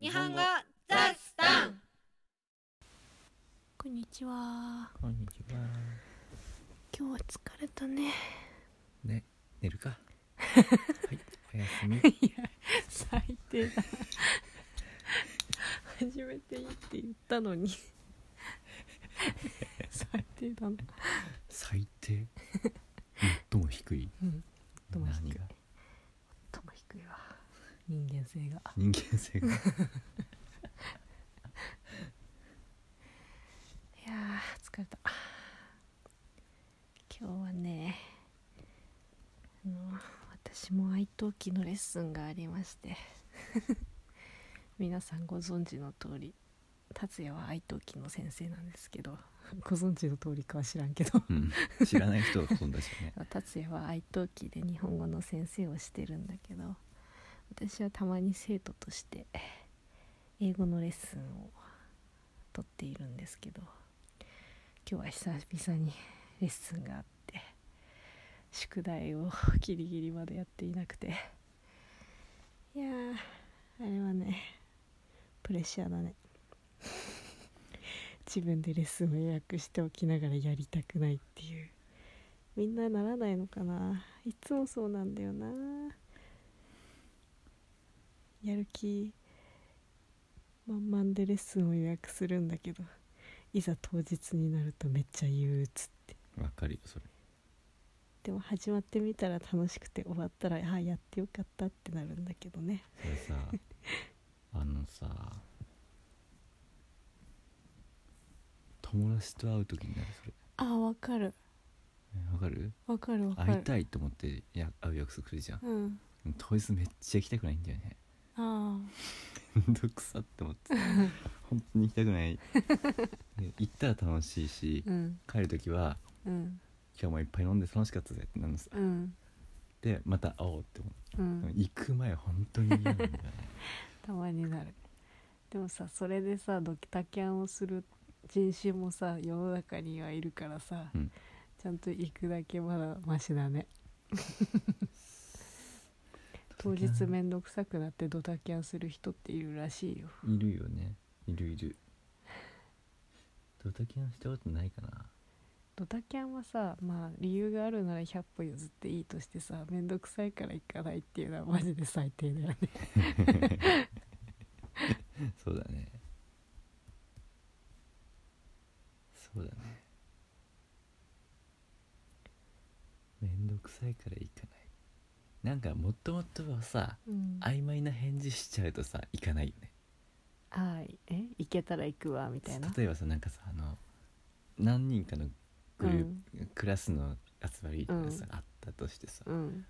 日本語ザスタンこんにちは。こんにちは。今日は疲れたね。ね、寝 るか。はい、おやすみ。いや、最低だ。初めていいって言った のに。最低だな。最低。最も低い。うん。最も低い何がとも低いわ。人間性が。人間 性が。いやー、疲れた。今日はね、あの、私も愛登記のレッスンがありまして。 皆さんご存知の通り、達也は愛登記の先生なんですけど、ご存知の通りかは知らんけど。うん、知らない人がほとんどですよね。達也は愛登記で日本語の先生をしてるんだけど私はたまに生徒として英語のレッスンをとっているんですけど今日は久々にレッスンがあって宿題をギリギリまでやっていなくていやーあれはねプレッシャーだね自分でレッスンを予約しておきながらやりたくないっていうみんなならないのかないつもそうなんだよなやる気満々でレッスンを予約するんだけどいざ当日になるとめっちゃ憂鬱ってわかるよ、それ。でも始まってみたら楽しくて終わったらああやってよかったってなるんだけどねそ れさ。あのさ。友達と会う時になる、それ。ああわかるねわかる。わかるわ会いたいと思って、や、会う約束するじゃん。うん当日めっちゃ行きたくないんだよね。あめんどくさって思って 本当に行きたくないで行ったら楽しいしうん帰る時はうん今日もいっぱい飲んで楽しかったぜってなるんですうんでまた会おうって思ううん行く前本当に嫌なんだよねたまになるでもさそれでさドキタキャンをする人種もさ世の中にはいるからさ、うんちゃんと行くだけまだマシだ ね当日面倒くさくなってドタキャンする人っているらしいよいるよねいるいるドタキャンしたことないかなドタキャンはさまあ理由があるなら100歩譲っていいとしてさ面倒くさいから行かないっていうのはマジで最低だよねそうだねそうだねめんどくさいから行かないなんかもともとはさうん曖昧な返事しちゃうとさ行かないよねあえ行けたら行くわみたいな例えばさなんかさあの何人かのグループ、クラスの集まりがさ、あったとしてさ「うん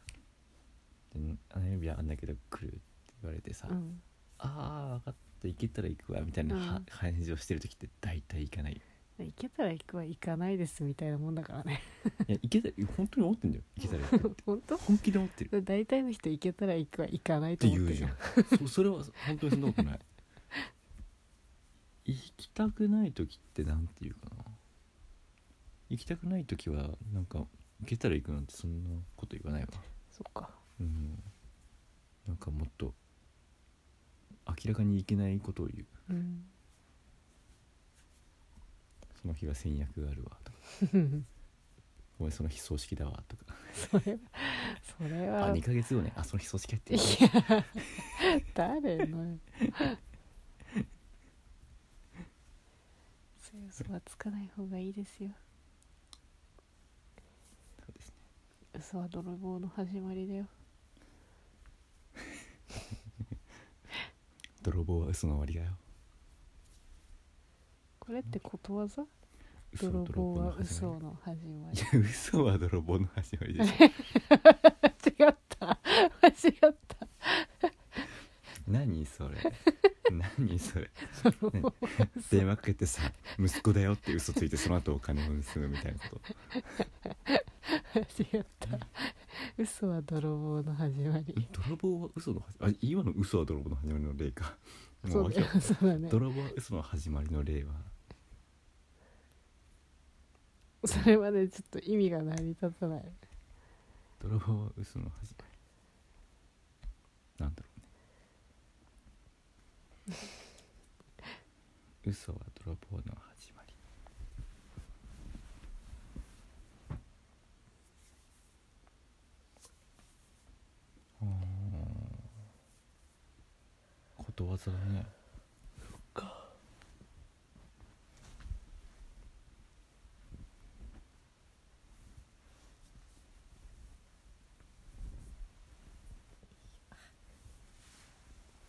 であの曜日はあんだけど来る」って言われてさ「うんああ分かった行けたら行くわ」みたいなは、うん返事をしてる時って大体行かない行けたら行くは行かないですみたいなもんだからね いや、いけた本当に思ってんだよ。いけたら行くって。本当本気で思ってる。っ大体の人行けたら行くは行かないとて思っ言てうるじゃよん。そそれは本当にそんなことない。 行きたくない時ってなんていうかな。行きたくない時は、なんか、行けたら行くなんてそんなこと言わないわ。そっかうん。なんかもっと、明らかに行けないことを言う。うんその日は戦略があるわ とか。お前その日葬式だわとか。それはそれあ、は2ヶ月後ね。あ、その日葬式やってる。誰 のそういう嘘はつかない方がいいですよそうですね。嘘は泥棒の始まりだよ泥棒は嘘の終わりだよ。これってことわざ嘘泥の棒のは始嘘まりの始まいり や 嘘は泥棒の始まりでし間違った間違ったょ何それ何それ泥棒 電話かけてさ息子だよって嘘ついてその後お金を盗むみたいなこと 間違った嘘は泥棒の始まり泥棒は嘘の始まりあ今の嘘は泥棒の始まりの例かもそううだよそうだね泥棒は嘘の始まりの例はそれまでちょっと意味が成り立たない泥棒は嘘の始まりなんだろうね嘘は泥棒の始まりあーことわざだね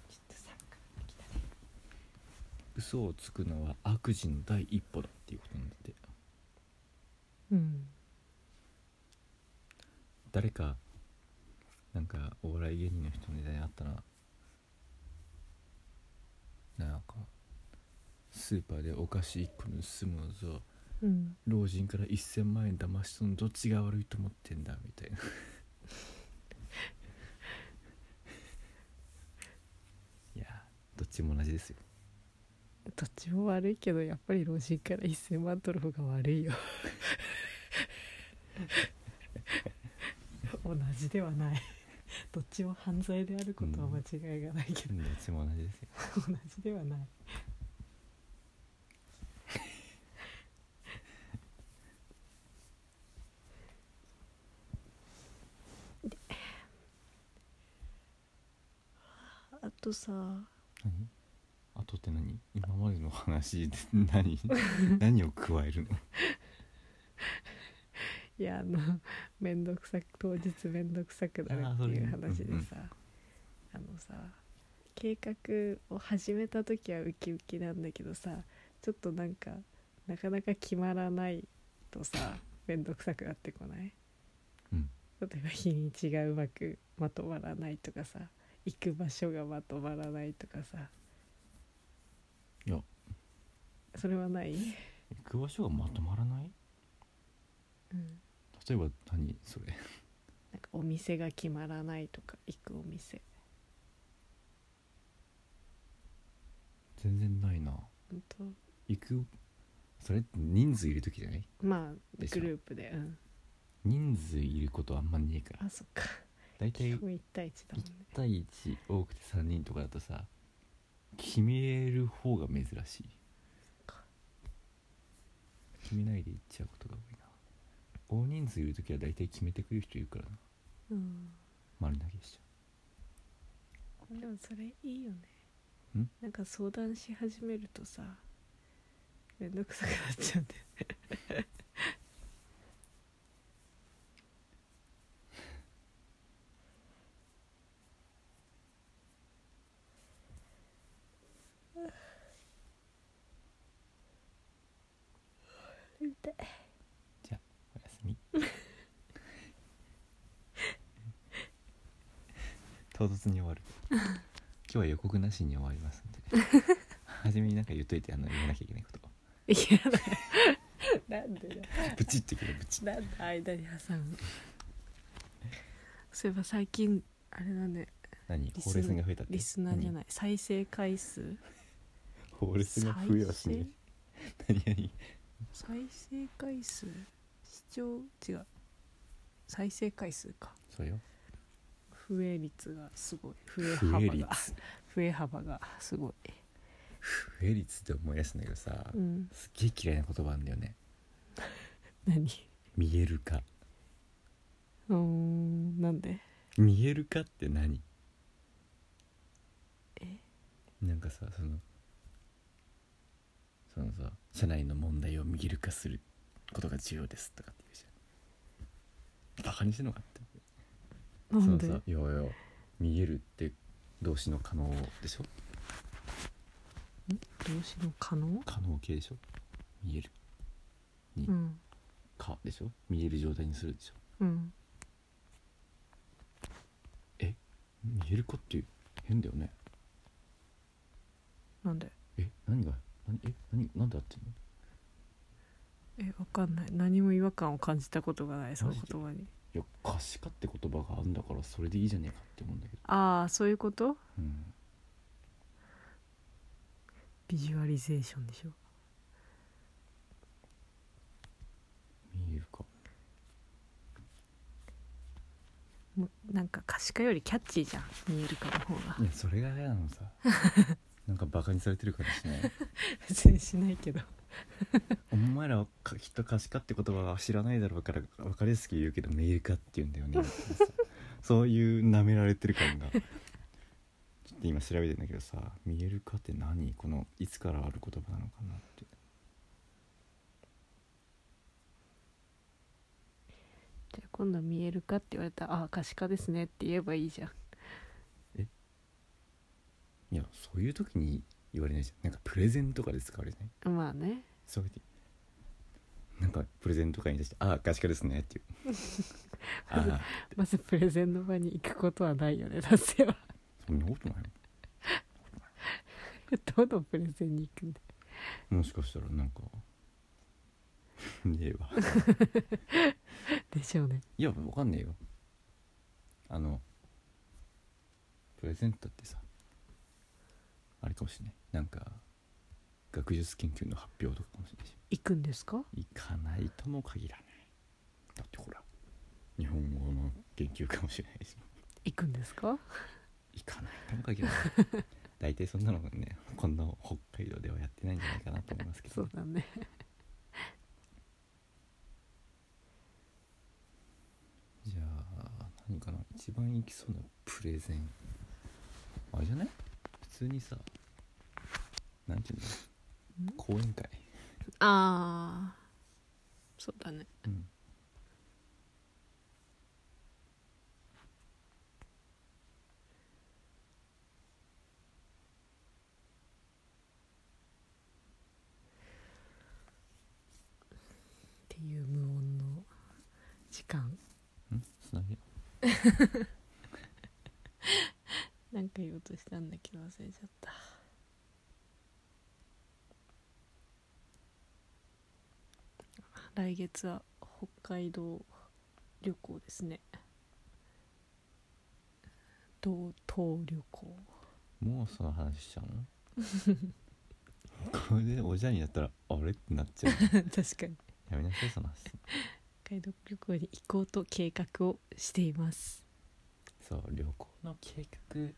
ちょっとサッカー来たね嘘をつくのは悪事の第一歩だっていうことなんだってうん誰かなんかお笑い芸人の人みたいにあったらなんかスーパーでお菓子1個盗むのとうん老人から1000万円騙しとんのどっちが悪いと思ってんだみたいないやどっちも同じですよどっちも悪いけどやっぱり老人から1,000万取る方が悪いよ 同じではない どっちも犯罪であることは間違いがないけどど、っちも同じですよ同じではないであとさ何あとって何今までの話で何 何を加えるのいやあの面倒くさく当日面倒くさくなるっていうあーそれね話でうんうんさあのさ計画を始めた時はウキウキなんだけどさちょっとなんかなかなか決まらないとさ面倒くさくなってこないうん例えば日にちがうまくまとまらないとかさ行く場所がまとまらないとかさいやそれはない、行く場所がまとまらないうん例えば何それなんかお店が決まらないとか行くお店全然ないな本当行くそれって人数いる時じゃないまあでしょグループで、うん、人数いることはあんまねえからあそっか大体基1本1対1だもんね対1多くて3人とかだとさ決める方が珍しいか決めないで行っちゃうことが多いな大人数いる時は大体決めてくる人いるからなうん丸投げしちゃでもそれいいよねんなんか相談し始めるとさめんどくさくなっちゃうんだよね痛いうおやすみ唐突に終わる今日は予告なしに終わりますんで初めになんか言っといてあの言わなきゃいけないことやだ なんでだブチってくるブチなんで間に挟むそういえば最近あれだね何リスほうれい線が増えたってリスナーじゃない再生回数何ほうれい線が増えはしね何何再生回数視聴違う再生回数かそうよ増え率がすごい増え幅が率増え幅がすごい増え率って思い出したんだけどさ、うんすっげえ嫌いな言葉なんだよね何見える化うーんなんで見える化って何えなんかさそのそのさ社内の問題を見える化することが重要ですとかって言うじゃんバカにしてんのかってなそんのでさ「いやいや見える」って動詞の可能でしょ動詞の可能可能形でしょ見えるうんかでしょ見える状態にするでしょうん見えるかって変だよねなんでえ何が何え何なんで合ってんのえわかんない何も違和感を感じたことがないそのマジで言葉にいや可視化って言葉があるんだからそれでいいじゃねえかって思うんだけどああそういうことうんビジュアリゼーションでしょ見えるかもうなんか可視化よりキャッチーじゃん見えるかの方が いやそれが嫌なのさなんかババカにされてる感じしない別にしないけどお前らはかきっと可視化って言葉は知らないだろうから分かりやすく言うけどメール化って言うんだよね みたいなさそういうなめられてる感がちょっと今調べてんだけどさ「見える化」って何このいつからある言葉なのかなってじゃあ今度見えるかって言われたらああ可視化ですねって言えばいいじゃんいやそういう時に言われないじゃんなんかプレゼンとかで使われないまあねそういう時なんかプレゼンとかに対して「ああ可視化ですね」っていう「ああまずプレゼンの場に行くことはないよね男性はそんなことないよ どのプレゼンに行くんだもしかしたらなんか ねえわでしょうねいやわかんねえよあのプレゼントってさあれかもしれないなんか学術研究の発表とかかもしれないし行くんですか行かないとも限らないだってほら日本語の研究かもしれないし行くんですか行かないとも限らない 大体そんなのねこんな北海道ではやってないんじゃないかなと思いますけどそうだねじゃあ何かな一番いきそうなプレゼンあれじゃない普通にさなんていうの講演会ああそうだねうんっていう無音の時間んつなげなんか言おうとしたんだけど忘れちゃった来月は北海道旅行ですね道東旅行もうその話しちゃうのこれでおじゃんになったらあれってなっちゃう 確かにやめなさいその話北海道旅行に行こうと計画をしていますそう旅行の計画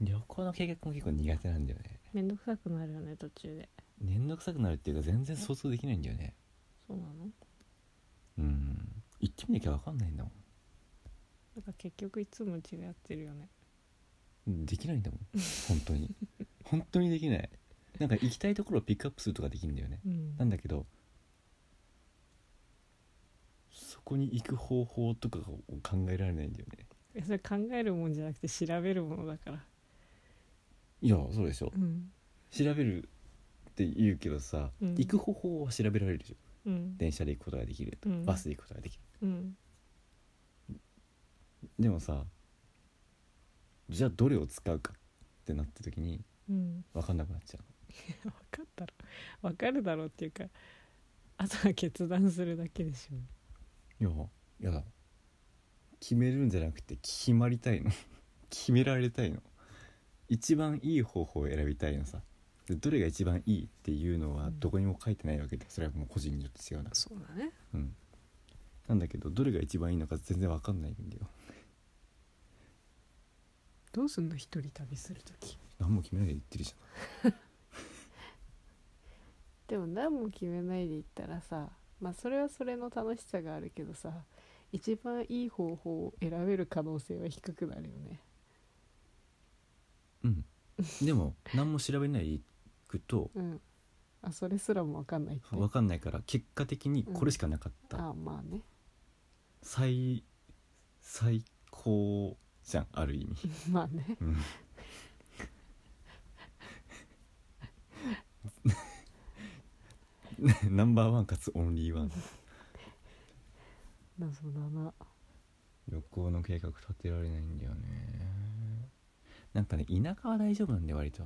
旅行の計画も結構苦手なんだよねめんどくさくなるよね途中で面倒くさくなるっていうか全然想像できないんだよねそうなのうん行ってみなきゃ分かんないんだもんなんか結局いつも違ってるよねできないんだもん本当に 本当にできないなんか行きたいところをピックアップするとかできるんだよねうんなんだけどそこに行く方法とかを考えられないんだよねいやそれ考えるもんじゃなくて調べるものだからいやそうでしょうん調べるって言うけどさ、うん行く方法は調べられるでしょうん電車で行くことができると、うんバスで行くことができるうんでもさじゃあどれを使うかってなった時にうん分かんなくなっちゃう分かったろ分かるだろうっていうかあとは決断するだけでしょいやいやだ決めるんじゃなくて決まりたいの 決められたいの一番いい方法を選びたいのさでどれが一番いいっていうのはうんどこにも書いてないわけでそれはもう個人によって違うなそうだねうんなんだけどどれが一番いいのか全然わかんないんだよどうすんの一人旅する時何も決めないで言ってるじゃでも何も決めないで行ったらさまあそれはそれの楽しさがあるけどさ一番いい方法を選べる可能性は低くなるよねんうんでも何も調べないでいくとうんあそれすらも分かんないってわかんないから結果的にこれしかなかった、あまあね 最最高じゃんある意味まあねうん ナンバーワンかつオンリーワン謎だな旅行の計画立てられないんだよねなんかね田舎は大丈夫なんで割と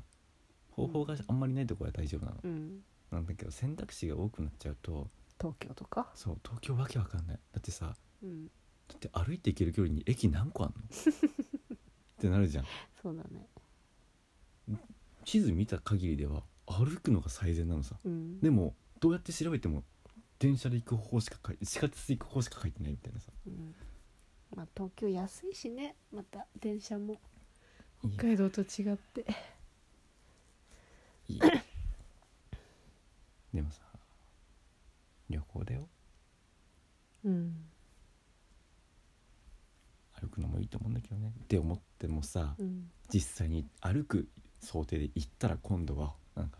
方法があんまりないところは大丈夫なの、うんなんだけど選択肢が多くなっちゃうと東京とかそう東京わけわかんないだってさうんだって歩いて行ける距離に駅何個あんの ってなるじゃんそうだね地図見た限りでは歩くのが最善なのさうんでもどうやって調べても電車で行く方しか書い地下鉄で行く方しか書いてないみたいなさうんまあ東京安いしねまた電車もいや北海道と違っていいでもさ旅行だようん歩くのもいいと思うんだけどねって思ってもさうん実際に歩く想定で行ったら今度はなんか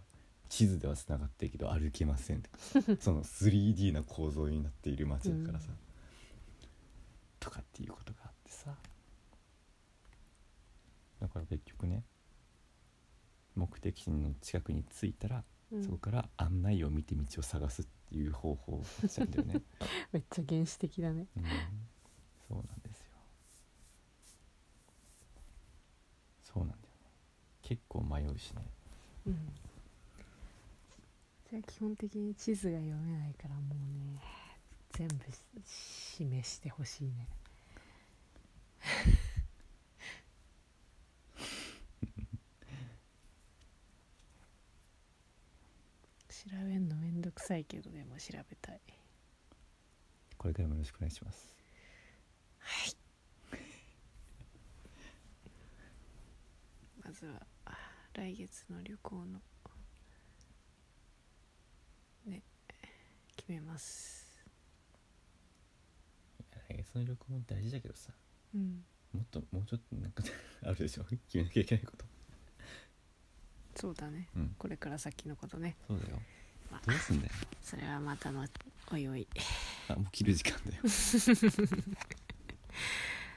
地図ではつながってるけど歩けませんと かその 3D な構造になっている街だからさ、うんとかっていうことがあってさだから結局ね目的地の近くに着いたら、うんそこから案内を見て道を探すっていう方法をしちゃうんだよね。 めっちゃ原始的だねうん、そうなんですよそうなんだよね結構迷うしねうんじゃあ基本的に地図が読めないからもうね全部し示してほしいね調べんのめんどくさいけどでも調べたいこれからもよろしくお願いしますまずはあ来月の旅行のね決めます来月の旅行も大事だけどさうんもっともうちょっとなんか あるでしょ決めなきゃいけないことそうだねうんこれから先のことねそうだよまあどうすんだよそれはまたのおいおいあもう切る時間だよ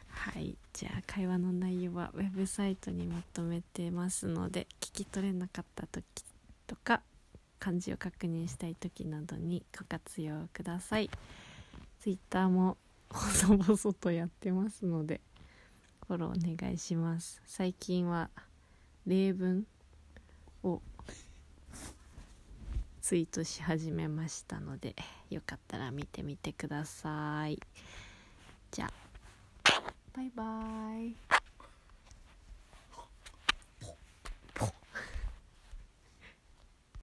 はいじゃあ会話の内容はウェブサイトにまとめてますので聞き取れなかった時とか漢字を確認したい時などにご活用くださいツイッターも細々とやってますのでフォローお願いします最近は例文をツイートし始めましたのでよかったら見てみてくださいじゃあバイバイ。